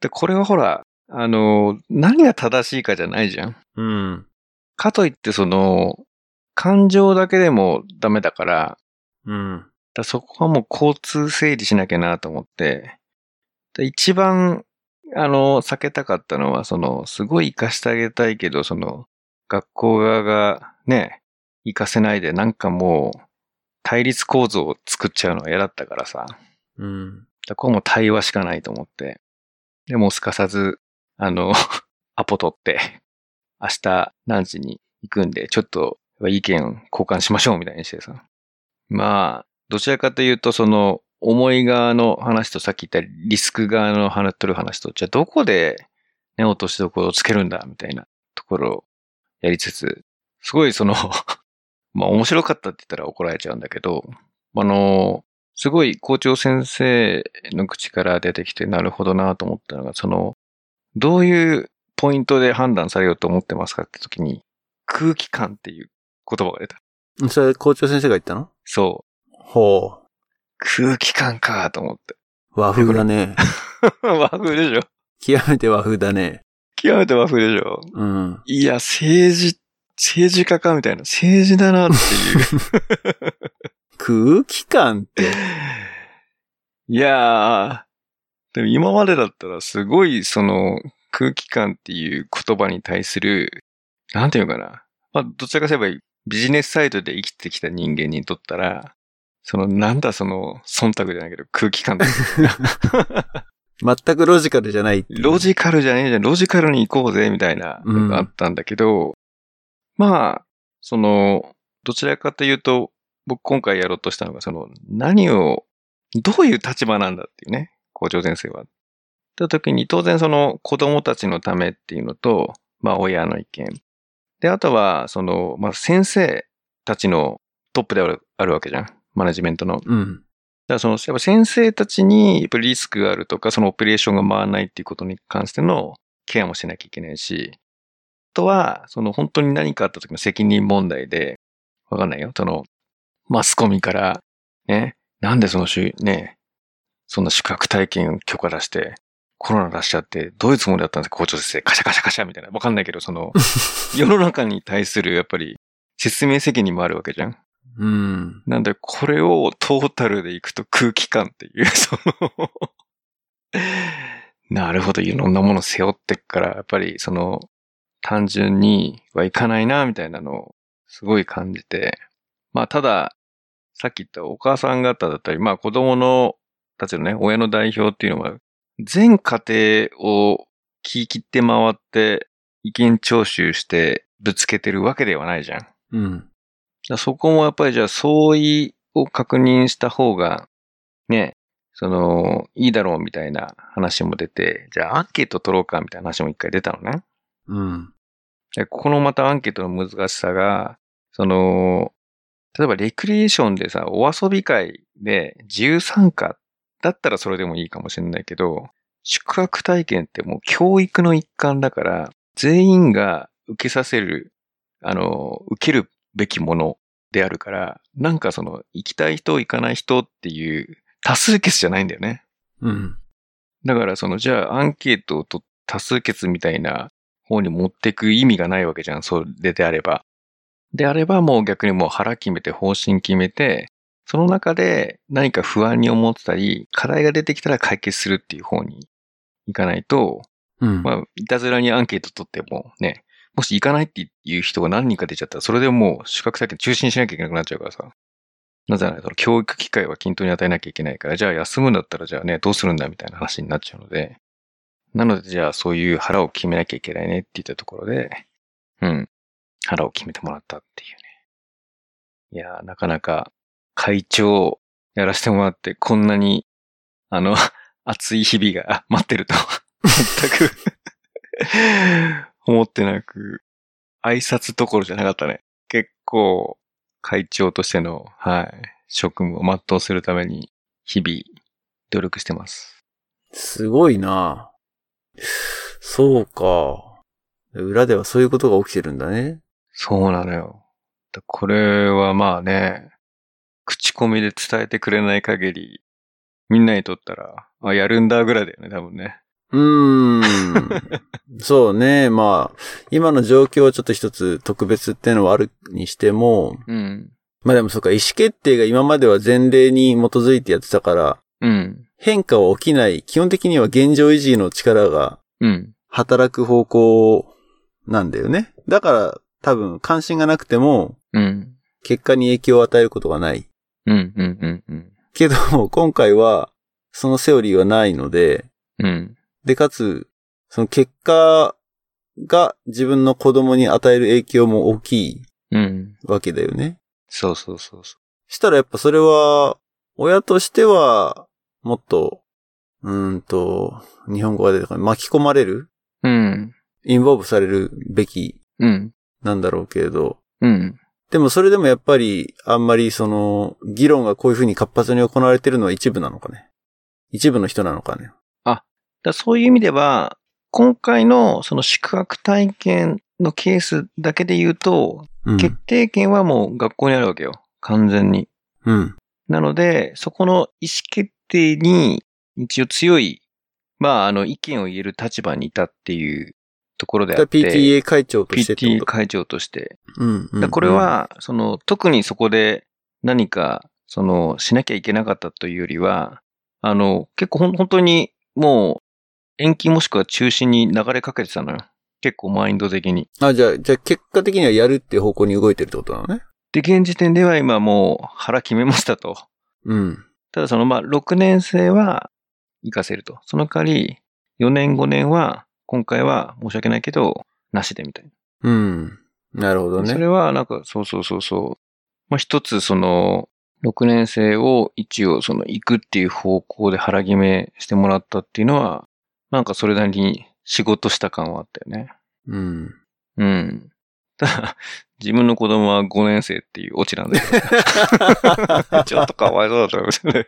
で、これはほら、あの、何が正しいかじゃないじゃん。
うん。
かといってその、感情だけでもダメだから、だか
うん。
らそこはもう交通整理しなきゃなと思って、で一番、あの、避けたかったのは、その、すごい活かしてあげたいけど、その、学校側がね、活かせないで、なんかもう、対立構造を作っちゃうのは嫌だったからさ。
うん。
だからこれはもう対話しかないと思って。でもうすかさず、あの、 アポ取って、明日何時に行くんで、ちょっと意見交換しましょうみたいにしてさ。まあ、どちらかというと、その、思い側の話とさっき言ったリスク側の話取る話と、じゃあどこで、ね、落としどころをつけるんだみたいなところをやりつつ、すごいその、 まあ面白かったって言ったら怒られちゃうんだけど、あの、すごい校長先生の口から出てきて、なるほどなと思ったのが、その、どういうポイントで判断されようと思ってますかって時に、空気感っていう言葉が出た。
それ校長先生が言ったの
そう。
ほ
空気感かと思って。
う。和風だね。
和風でしょ
極めて和風だね。
極めて和風でしょ
うん。
いや、政治、政治家かみたいな。政治だなっていう。
空気感って。
いやー、でも今までだったらすごいその空気感っていう言葉に対する、なんていうのかな。まあ、どちらかといえばビジネスサイトで生きてきた人間にとったら、そのなんだその忖度じゃないけど空気感だ
全くロジカルじゃないっていう。
ロジカルじゃねえじゃん、ロジカルに行こうぜ、みたいなのがあったんだけど、まあ、その、どちらかというと、僕今回やろうとしたのが、その、何を、どういう立場なんだっていうね、校長先生は。た時に、当然その、子供たちのためっていうのと、まあ、親の意見。で、あとは、その、まあ、先生たちのトップであるあるわけじゃん。マネジメントの。
うん。
だからその、やっぱ先生たちに、やっぱりリスクがあるとか、そのオペレーションが回らないっていうことに関してのケアもしなきゃいけないし、あとは、その本当に何かあった時の責任問題で、わかんないよ。その、マスコミから、ね、なんでそのしゅ、ね、そんな宿泊体験許可出して、コロナ出しちゃって、どういうつもりだったんですか、校長先生。カシャカシャカシャみたいな。わかんないけど、その、世の中に対する、やっぱり、説明責任もあるわけじゃん。
うん。
なんで、これをトータルでいくと空気感っていう、 その、なるほど、いろんなもの背負ってっから、やっぱりその、単純にはいかないな、みたいなのをすごい感じて。まあ、ただ、さっき言ったお母さん方だったり、まあ子供の、たちのね、親の代表っていうのは、全家庭を聞き切って回って、意見聴取してぶつけてるわけではないじゃん。
うん。
だからそこもやっぱりじゃあ相違を確認した方が、ね、その、いいだろうみたいな話も出て、じゃあアンケート取ろうかみたいな話も一回出たのね。
うん。
でここのまたアンケートの難しさが、その、例えばレクリエーションでさ、お遊び会で自由参加だったらそれでもいいかもしれないけど、宿泊体験ってもう教育の一環だから、全員が受けさせる、あの、受けるべきものであるから、なんかその、行きたい人、行かない人っていう多数決じゃないんだよね。
うん。
だからその、じゃあアンケートをと多数決みたいな方に持ってく意味がないわけじゃん、それであれば。であればもう逆にもう腹決めて方針決めて、その中で何か不安に思ってたり、課題が出てきたら解決するっていう方に行かないと、
うん。
まあ、いたずらにアンケート取ってもね、もし行かないっていう人が何人か出ちゃったら、それでもう宿泊先中止にしなきゃいけなくなっちゃうからさ。なぜなら、その教育機会は均等に与えなきゃいけないから、じゃあ休むんだったら、じゃあね、どうするんだみたいな話になっちゃうので。なので、じゃあそういう腹を決めなきゃいけないねって言ったところで、うん、腹を決めてもらったっていうね。いやー、なかなか会長やらせてもらって、こんなに、あの、 熱い日々が待ってると、全く。 思ってなく、挨拶どころじゃなかったね。結構、会長としての、はい、職務を全うするために、日々、努力してます。
すごいなそうか。裏ではそういうことが起きてるんだね。
そうなのよ。だこれはまあね、口コミで伝えてくれない限り、みんなにとったら、あ、やるんだぐらいだよね、多分ね。
うーん。そうね。まあ、今の状況はちょっと一つ特別っていうのはあるにしても、
うん。
まあでもそうか、意思決定が今までは前例に基づいてやってたから、
うん。
変化は起きない。基本的には現状維持の力が
うん。
働く方向なんだよね。だから多分関心がなくても
うん。
結果に影響を与えることがない。
うん。うん。うん。うん。
けど、今回はそのセオリーはないので、
うん。
で、かつ、その結果が自分の子供に与える影響も大きい
うん。
わけだよね。
そうそうそうそ
したらやっぱそれは、親としては、もっと、うーんと、日本語が出てこない。巻き込まれる
う。うん。
インボーブされるべき
うん。
なんだろうけれど。
うん。
でもそれでもやっぱり、あんまりその、議論がこういうふうに活発に行われてるのは一部なのかね。一部の人なのかね。
だからそういう意味では、今回のその宿泊体験のケースだけで言うと、
うん。
決定権はもう学校にあるわけよ。完全に。
うん。
なので、そこの意思決定に一応強い、まあ、あの、意見を言える立場にいたっていうところで
だ
あ
から
って。
PTA 会長としてって
PTA
こと
会長として。
うんうんう
だ
ん
これ、は、その、特にそこで何か、その、しなきゃいけなかったというよりは、あの、結構ほん本当に、もう、延期もしくは中止に流れかけてたのよ。結構マインド的に。
あ、じゃあ、じゃあ結果的にはやるっていう方向に動いてるってことなのね。
で、現時点では今もう腹決めましたと。
うん。
ただその、まあ、6年生は行かせると。その代わり、4年5年は、今回は申し訳ないけど、なしでみたいな。
うん。なるほどね。
それは、なんか、そうそうそうそう。まあ、一つ、その、6年生を一応、その、行くっていう方向で腹決めしてもらったっていうのは、なんかそれなりに仕事した感はあったよね。
うん。
うん。ただ、自分の子供は5年生っていうオチなんだけど、ちょっとかわいそうだったかもしれない。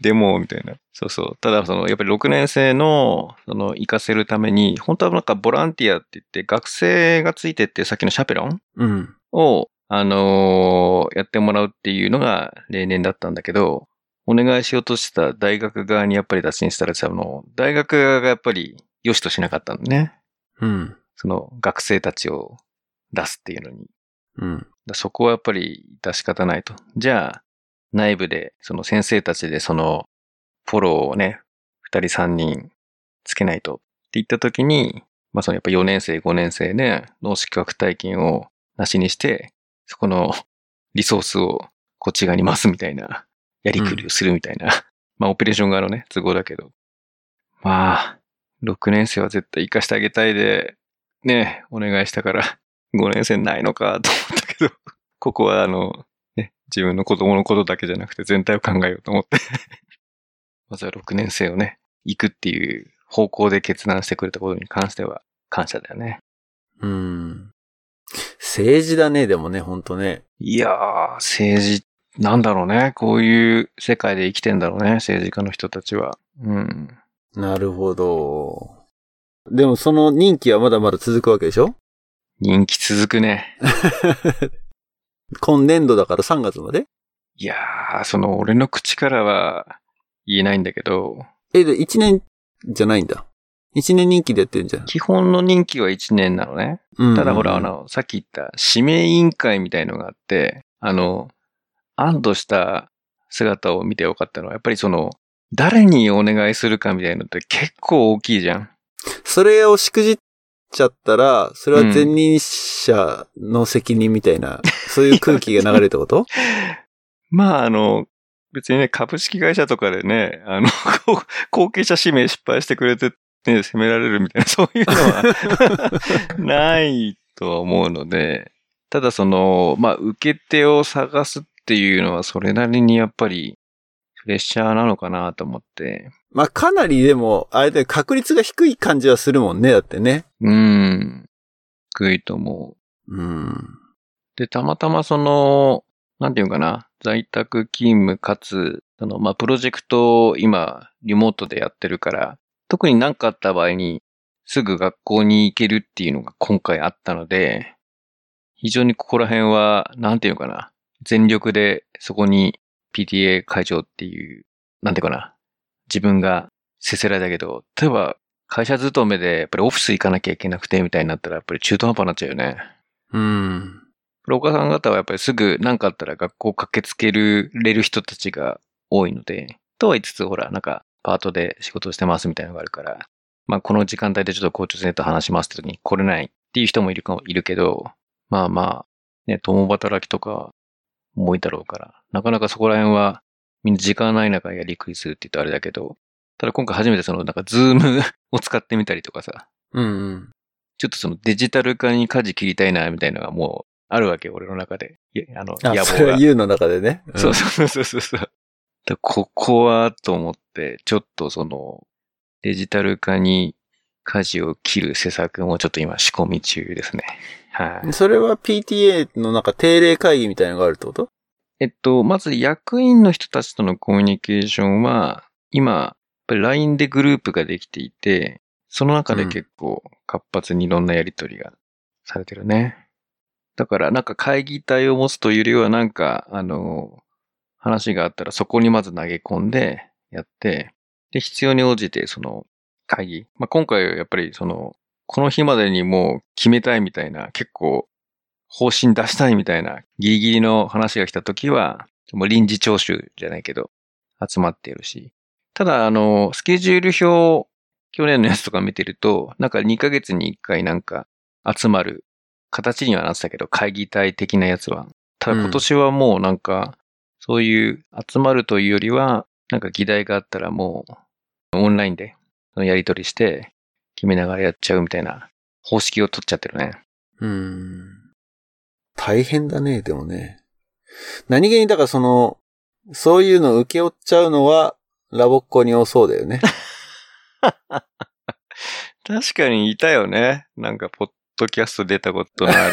でも、みたいな。そうそう。ただ、その、やっぱり6年生の、その、行かせるために、本当はなんかボランティアって言って、学生がついてって、さっきのシャペロン
うん。
を、あのーやってもらうっていうのが例年だったんだけど、お願いしようとした大学側にやっぱり打診したらさ、あの、大学側がやっぱり良しとしなかったのね。
うん。
その学生たちを出すっていうのに。
うん。
だそこはやっぱり出し方ないと。じゃあ、内部で、その先生たちでその、フォローをね、二人三人つけないとって言った時に、まあそのやっぱ4年生、5年生ね、脳資格体験をなしにして、そこの リソースをこっち側に回すみたいな、やりくりをするみたいな、 まあオペレーション側のね、都合だけど。まあ、6年生は絶対活かしてあげたいで、ね、お願いしたから、5年生ないのかと思ったけど、 ここはあの、ね、自分の子供のことだけじゃなくて全体を考えようと思って。 まずは6年生をね、行くっていう方向で決断してくれたことに関しては感謝だよね。
うん。政治だね、でもね、ほんとね。
いやー、政治、なんだろうね。こういう世界で生きてんだろうね、政治家の人たちは。うん。
なるほど。でもその任期はまだまだ続くわけでしょ
人気続くね。
今年度だから3月まで
いやー、その俺の口からは言えないんだけど、
え、で、1年じゃないんだ。1年任期でやってるんじゃん。
基本の任期は1年なのね。
うん
ただほら、あ、の、さっき言った指名委員会みたいのがあって、あの、安堵した姿を見て分かったのは、やっぱりその、誰にお願いするかみたいのって結構大きいじゃん。
それをしくじっちゃったら、それは前任者の責任みたいな、そういう空気が流れるってこと
まあ、あの、別にね、株式会社とかでね、あの、 こう後継者指名失敗してくれて、ね、責められるみたいな、 そういうのはないとは思うので、ただその、まあ、受け手を探すっていうのは、それなりにやっぱり、プレッシャーなのかなと思って、
まあ、かなりでも、あれだよ確率が低い感じはするもんね、だってね。
うん、低いと思う。
うん。
で、たまたまその、なんていうかな、在宅勤務かつ、その、まあ、プロジェクトを今、リモートでやってるから、特に何かあった場合に、すぐ学校に行けるっていうのが今回あったので、非常にここら辺は、なんていうかな、全力でそこに PTA 会場っていう、なんていうかな、自分がせせらいだけど、例えば会社勤めでやっぱりオフィス行かなきゃいけなくてみたいになったら、やっぱり中途半端になっちゃうよね。
うん。
お母さん方はやっぱりすぐ何かあったら学校駆けつけるれる人たちが多いので、とは言いつつ、ほら、なんかパートで仕事をしてますみたいなのがあるから、まあこの時間帯でちょっと校長先生と話しますって時に来れないっていう人もいるかも、いるけど、まあまあ、ね、共働きとかも多いだろうから、なかなかそこら辺はみんな時間ない中やりくりするって言うとあれだけど、ただ今回初めてそのなんかズーム を使ってみたりとかさ、
うん。
ちょっとそのデジタル化に舵切りたいな、みたいなのがもうあるわけ、俺の中で。いやあの、野
あ、そ
望
れは
が。
言うの中でね。
そううんそうそうそうそう。だここは、と思って、ちょっとその、デジタル化に舵を切る施策もちょっと今仕込み中ですね。はい。
それは PTA のなんか定例会議みたいなのがあるってこと
えっと、まず役員の人たちとのコミュニケーションは、今、やっぱり LINE でグループができていて、その中で結構活発にいろんなやりとりがされてるね。だから、なんか会議体を持つというよりは、なんか、あの、話があったらそこにまず投げ込んでやって、で、必要に応じてその会議。まあ、今回はやっぱりその、この日までにもう決めたいみたいな、結構方針出したいみたいな、ギリギリの話が来た時は、もう臨時聴取じゃないけど、集まっているし。ただ、あの、スケジュール表、去年のやつとか見てると、なんか2ヶ月に1回なんか集まる形にはなってたけど、会議体的なやつは。ただ今年はもうなんか、そういう集まるというよりは、なんか議題があったらもう、オンラインでやり取りして、決めながらやっちゃうみたいな方式を取っちゃってるね。
うん。大変だね、でもね。何気に、だからその、そういうのを受け負っちゃうのは、ラボっ子に多そうだよね。
確かにいたよね。なんか、ポッドキャスト出たことのあ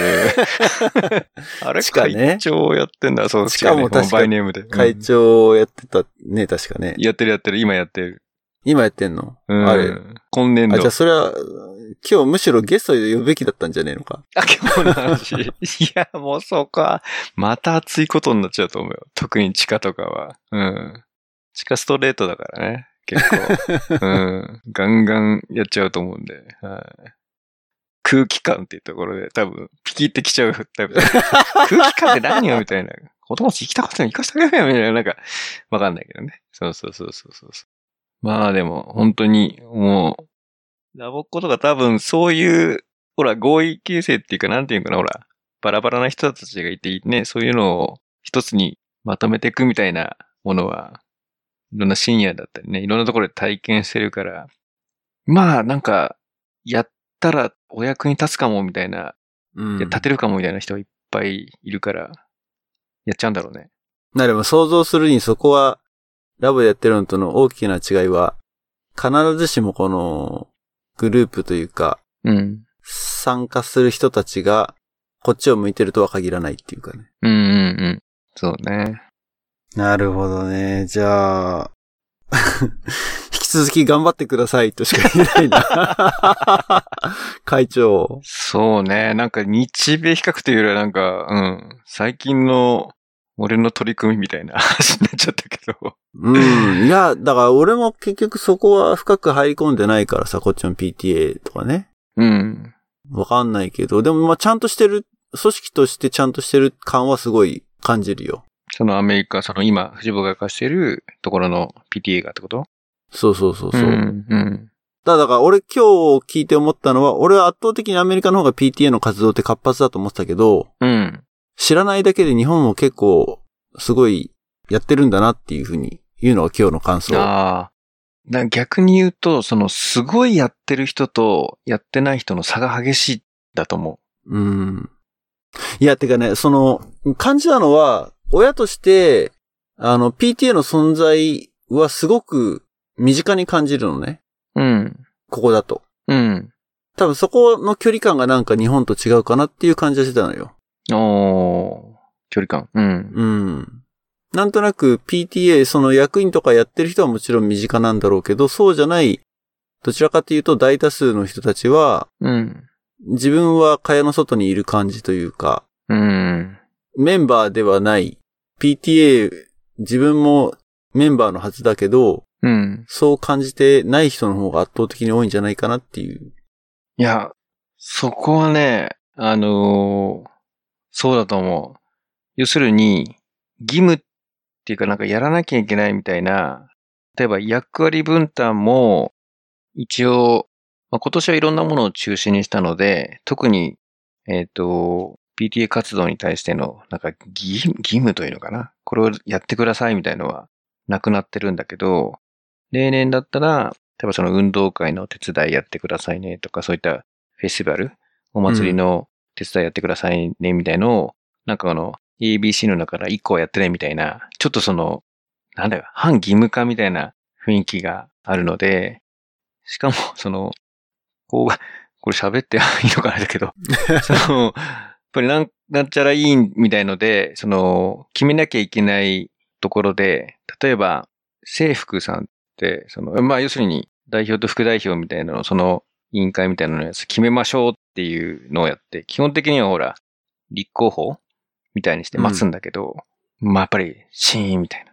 る。 あれ、
地下ね
会長やってんだ。そう、
地下も
地下ね
確か
バイネームで。
会
うん
長をやってたね、確かね。
やってるやってる。今やってる。
今やってんの、
うん
あれ。
今年
あ、
度
じゃあ。それは、今日むしろゲストで呼ぶべきだったんじゃねえのか。
あ、今日の話。いや、もうそうか。また熱いことになっちゃうと思うよ。特に地下とかは。うん。地下ストレートだからね。結 構。うん。ガンガンやっちゃうと思うんで。はい。空気感っていうところで、多分、ピキってきちゃうタイプだ。空気感って何よみたいな。子供たち生きたことに生かしてあげようよみたいな。なんか、わかんないけどね。そうそうそうそうそうそう。まあでも、本当に、もう、ラボっ子とか多分、そういうほら、合意形成っていうか、なんていうかな、ほら、バラバラな人たちがいて、ね、そういうのを一つにまとめていくみたいなものは、いろんな深夜だったりね、いろんなところで体験してるから、まあ、なんか、やったらお役に立つかも、みたいな、
うん。
いや立てるかも、みたいな人いっぱいいるから、やっちゃうんだろうね。
な、でも想像するにそこは、ラボでやってるのとの大きな違いは、必ずしもこの、グループというか、
うん。
参加する人たちが、こっちを向いてるとは限らないっていうかね。
うんうんうん。そうね。
なるほどね。じゃあ、引き続き頑張ってくださいとしか言えないな。 会長。
そうね。なんか日米比較というよりはなんか、うん。最近の俺の取り組みみたいな 話になっちゃったけど。
うん。いや、だから俺も結局そこは深く入り込んでないからさ、こっちの PTA とかね。
うん。
わかんないけど、でもまあちゃんとしてる、組織としてちゃんとしてる感はすごい感じるよ。
そのアメリカ、その今、藤坊が貸してるところの PTA がってこと
そうそうそうそう。
ん。うん。
ただだから俺今日聞いて思ったのは、俺は圧倒的にアメリカの方が PTA の活動って活発だと思ってたけど、
うん。
知らないだけで日本も結構すごいやってるんだなっていうふうに言うのが今日の感想。
ああ。だから逆に言うと、その、すごいやってる人と、やってない人の差が激しいんだと思
うん。いや、てかね、その、感じたのは、親として、あの、PTA の存在はすごく身近に感じるのね。
う。うん。
ここだと。
うん。
多分そこの距離感がなんか日本と違うかなっていう感じはしてたのよ。
おー。距離感。うん。
うん。なんとなく PTA、その役員とかやってる人はもちろん身近なんだろうけど、そうじゃない、どちらかというと大多数の人たちは、
うん。
自分は蚊帳の外にいる感じというか、
うん。
メンバーではない、PTA、自分もメンバーのはずだけど、
うん。
そう感じてない人の方が圧倒的に多いんじゃないかなっていう。
いや、そこはね、あのーそうだと思う。要するに、義務っていうかなんかやらなきゃいけないみたいな、例えば役割分担も、一応、まあ、今年はいろんなものを中心にしたので、特に、えっ、と、PTA 活動に対しての、なんか義務、義務というのかな。これをやってくださいみたいのはなくなってるんだけど、例年だったら、例えばその運動会の手伝いやってくださいねとか、そういったフェスティバル、お祭りの手伝いやってくださいねみたいのを、なんかあの、ABC の中から1個はやってねみたいな、ちょっとその、なんだよ、反義務化みたいな雰囲気があるので、しかも、その、こう、これ喋っていいのかあれだけど、その、やっぱりなん、なんちゃら委員みたいので、その、決めなきゃいけないところで、例えば、制服さんって、その、まあ、要するに、代表と副代表みたいなのを、その、委員会みたいなのやつ決めましょうっていうのをやって、基本的にはほら、立候補みたいにして待つんだけど、まあ、やっぱり、シーンみたいな。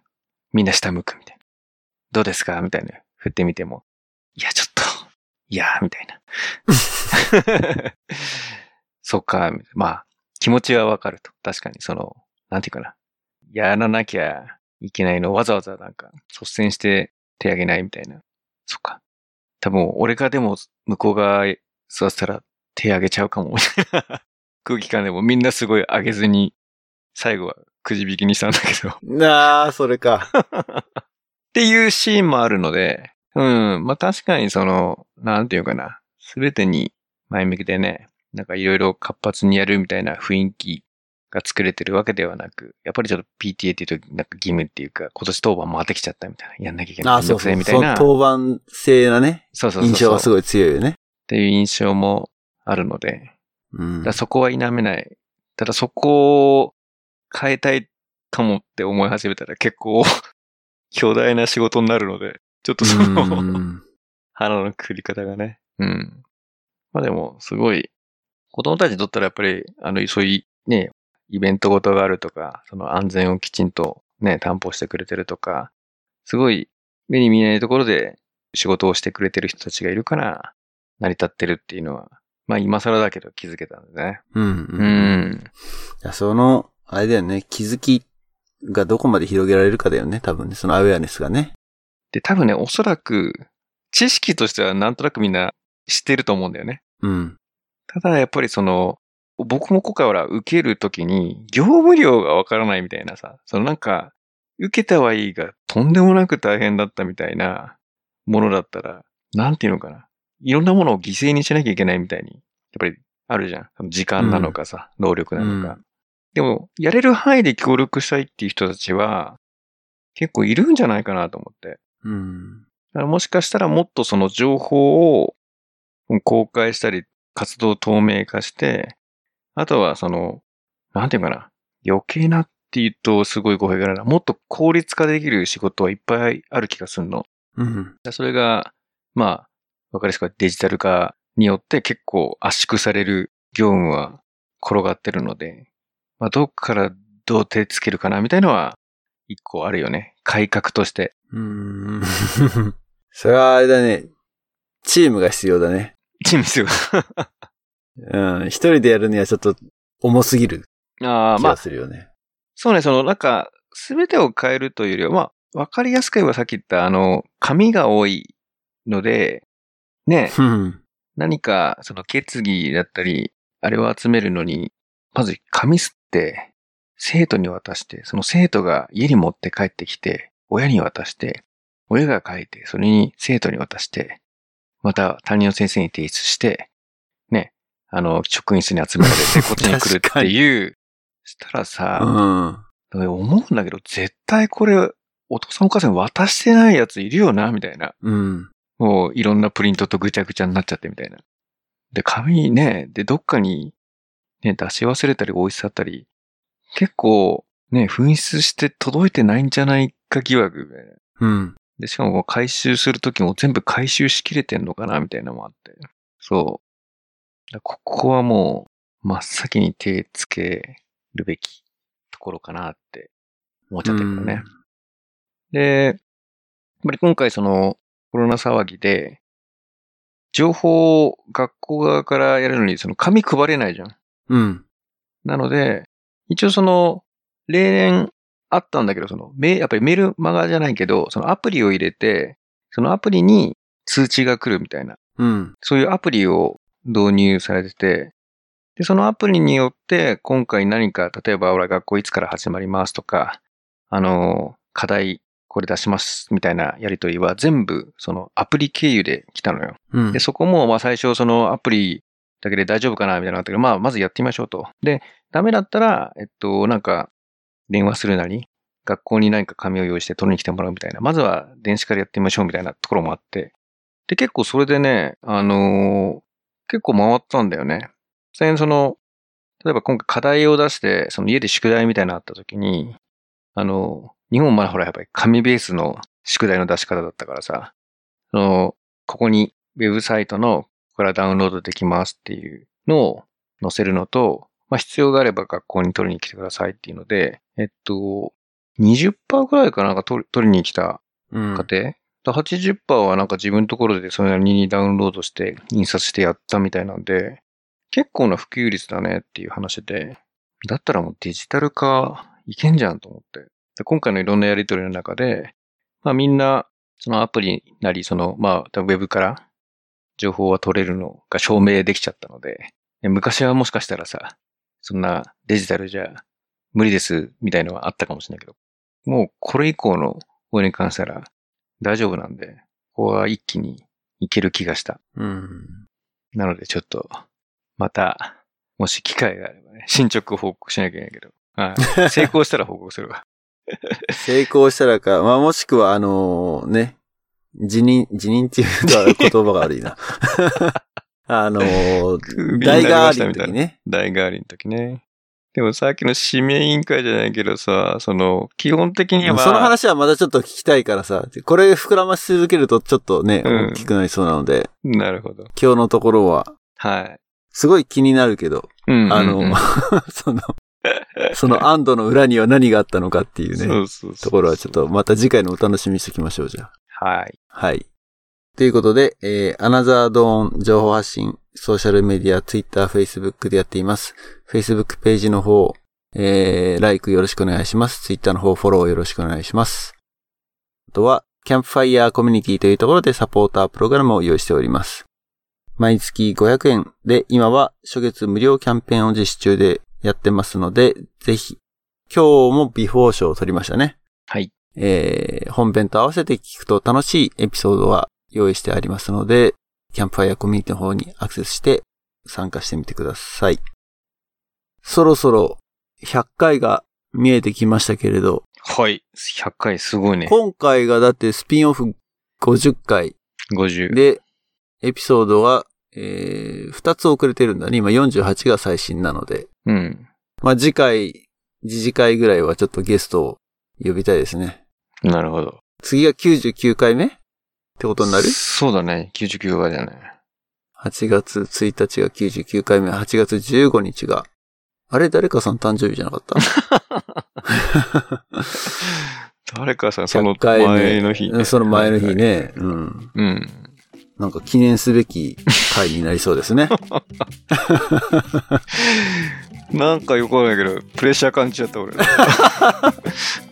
みんな下向くみたいな。どうですかみたいな。振ってみても、いや、ちょっと、いやー、みたいな。そっか、まあ、気持ちはわかると。確かに、その、なんていうかな。やらなきゃいけないのをわざわざなんか、率先して手あげないみたいな。そっか。多分、俺がでも、向こう側座ってたら手あげちゃうかも、みたいな空気感でもみんなすごい上げずに、最後はくじ引きにしたんだけど。
な あ、それか。
っていうシーンもあるので、うん、まあ確かにその、なんていうかな、すべてに前向きでね、なんかいろいろ活発にやるみたいな雰囲気が作れてるわけではなく、やっぱりちょっと PTA っていうと、なんか義務っていうか、今年当番回ってきちゃったみたいな、やんなきゃいけない。
ああ、そうそう
めんどくせ
そ
えみ
の
たいな。
当番制なね、
そうそうそう。
印象はす
い。っ
ごい強いよね。
ていう印象もあるので、
うん
だからそこは否めない。ただそこを変えたいかもって思い始めたら結構 巨大な仕事になるので、ちょっとその、
うん
花のくくり方がね。うん。まあでも、すごい、子供たちにとったらやっぱり、あの、そういう、ね、イベントごとがあるとか、その安全をきちんとね、担保してくれてるとか、すごい目に見えないところで仕事をしてくれてる人たちがいるから、成り立ってるっていうのは、まあ今更だけど気づけたんでね。
うん。
う
うん。
ん。
いやその、あれだよね、気づきがどこまで広げられるかだよね、多分ね、そのアウェアネスがね。
で、多分ね、おそらく、知識としてはなんとなくみんな知ってると思うんだよね。
うん。
ただやっぱりその、僕も今回は受けるときに、業務量がわからないみたいなさ、そのなんか、受けたはいいが、とんでもなく大変だったみたいなものだったら、なんていうのかな。いろんなものを犠牲にしなきゃいけないみたいに、やっぱりあるじゃん。その時間なのかさ、能力なのか。
う
でも、やれる範囲で協力したいっていう人たちは、結構いるんじゃないかなと思って。
うん。
だからもしかしたらもっとその情報をうん公開したり、活動を透明化して、あとはその、なんていうかな、余計なって言うとすごい語弊があるな。もっと効率化できる仕事はいっぱいある気がするの。
うん。
だそれが、まあ、わかりやすくはデジタル化によって結構圧縮される業務は転がってるので、まあ、どこからどう手つけるかなみたいのは、一個あるよね。改革として。
うーん。それはあれだね。チームが必要だね。
チームですよ。
うん。一人でやるにはちょっと重すぎる
ああ、
気
まあ
が、するよね。
そうね、その、なんか、すべてを変えるというよりは、まあ、わかりやすく言えばさっき言った、あの、紙が多いので、ね、
うん。
何か、その決議だったり、あれを集めるのに、まず紙吸って、生徒に渡して、その生徒が家に持って帰ってきて、親に渡して、親が書いて、それに生徒に渡して、また担任の先生に提出して、ね、あの、職員室に集め られて、こっちに来るっていう、したらさ、
うん。
だから思うんだけど、絶対これ、お父さんお母さんに渡してないやついるよな、みたいな。
うん。
もういろんなプリントとぐちゃぐちゃになっちゃってみたいな。で、紙ね、で、どっかに、ね、出し忘れたり置い去ったり、結構、ね、紛失して届いてないんじゃないか疑惑みたいな。
うん。
で、しかもこう回収するときも全部回収しきれてんのかな、みたいなのもあって。そう。だここはもう、真っ先に手つけるべきところかなって思っちゃってるからね。で、やっぱり今回そのコロナ騒ぎで、情報を学校側からやるのにその紙配れないじゃん。
うん。
なので、一応その、例年あったんだけど、その、メやっぱりメールマガじゃないけど、そのアプリを入れて、そのアプリに通知が来るみたいな、
うん。
そういうアプリを導入されてて、で、そのアプリによって、今回何か、例えば、ほら、学校いつから始まりますとか、あの、課題、これ出します、みたいなやりとりは全部、そのアプリ経由で来たのよ。
うん
で、。そこも、まあ最初そのアプリだけで大丈夫かなみたいなのがあったけど、まあまずやってみましょうと。で、ダメだったら、えっと、なんか、電話するなり、学校に何か紙を用意して取りに来てもらうみたいな、まずは電子からやってみましょうみたいなところもあって。で、結構それでね、あのー結構回ったんだよね。実際にその、例えば今回課題を出して、その家で宿題みたいなのあった時に、あのー日本はまだほらやっぱり紙ベースの宿題の出し方だったからさ、その、ここにウェブサイトのここからダウンロードできますっていうのを載せるのと、まあ、必要があれば学校に取りに来てくださいっていうので、えっと、20%くらいかなんか取り取りに来た
うん
家庭、だ80%はなんか自分のところでそれなりにダウンロードして印刷してやったみたいなんで、結構な普及率だねっていう話で、だったらもうデジタル化いけんじゃんと思って。で今回のいろんなやりとりの中で、まあみんな、そのアプリなり、その、まあ多分ウェブから情報は取れるのが証明できちゃったので、で昔はもしかしたらさ、そんなデジタルじゃ無理ですみたいのはあったかもしれないけど、もうこれ以降の応援に関したら大丈夫なんで、ここは一気にいける気がした。
うん。
なのでちょっと、また、もし機会があればね、進捗を報告しなきゃいけないけど、 はい成功したら報告するわ。
成功したらか、まあ、もしくは、あのね、辞任、辞任っていうとは言葉が悪い な。あの
クビにな
代
り
があ
ま
り
した
の
みたい
時
な
ね。
代替わりの時ね。でもさっきの指名委員会じゃないけどさ、その、基本的には、
その話はまだちょっと聞きたいからさ、これ膨らまし続けるとちょっとね、
うん
大きくなりそうなので、
なるほど。
今日のところは、
はい。
すごい気になるけど、
うんうんうん
あの、その、 その安堵の裏には何があったのかっていうね、
そうそうそう
ところはちょっ。とまた次回のお楽しみにしておきましょう、じゃあ。
はい。
はい。ということで、えー、アナザードーン情報発信、ソーシャルメディア、ツイッター、フェイスブックでやっています。フェイスブックページの方、えー、like よろしくお願いします。ツイッターの方フォローよろしくお願いします。あとは、キャンプファイヤーコミュニティというところでサポータープログラムを用意しております。毎月500円で、今は初月無料キャンペーンを実施中でやってますので、ぜひ、今日もビフォー賞を取りましたね。
はい。
えー本編と合わせて聞くと楽しいエピソードは用意してありますので、キャンプファイアコミュニティの方にアクセスして参加してみてください。そろそろ100回が見えてきましたけれど、
はい。100回すごいね。
今回がだってスピンオフ50回
50。
で、エピソードは、え2つ遅れてるんだね。今48が最新なので。
うん。
まあ、次回、次次回ぐらいはちょっとゲストを呼びたいですね。
なるほど。
次が99回目ってことになる
そうだね。99話だよね。
?8 月1日が99回目、8月15日が。あれ、誰かさん誕生日じゃなかった
誰かさ、その
100回目
前の日、
うんその前の日。ね。うん。
うん。
なんか記念すべき回になりそうですね。
なんかよくわかんないけど、プレッシャー感じちゃっ た俺。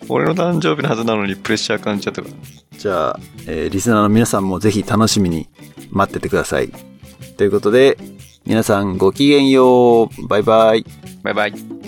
俺の誕生日のはずなのにプレッシャー感じちゃったから。
じゃあ、えーリスナーの皆さんもぜひ楽しみに待っててください。ということで、皆さんごきげんよう。バイバイ。
バイバイ。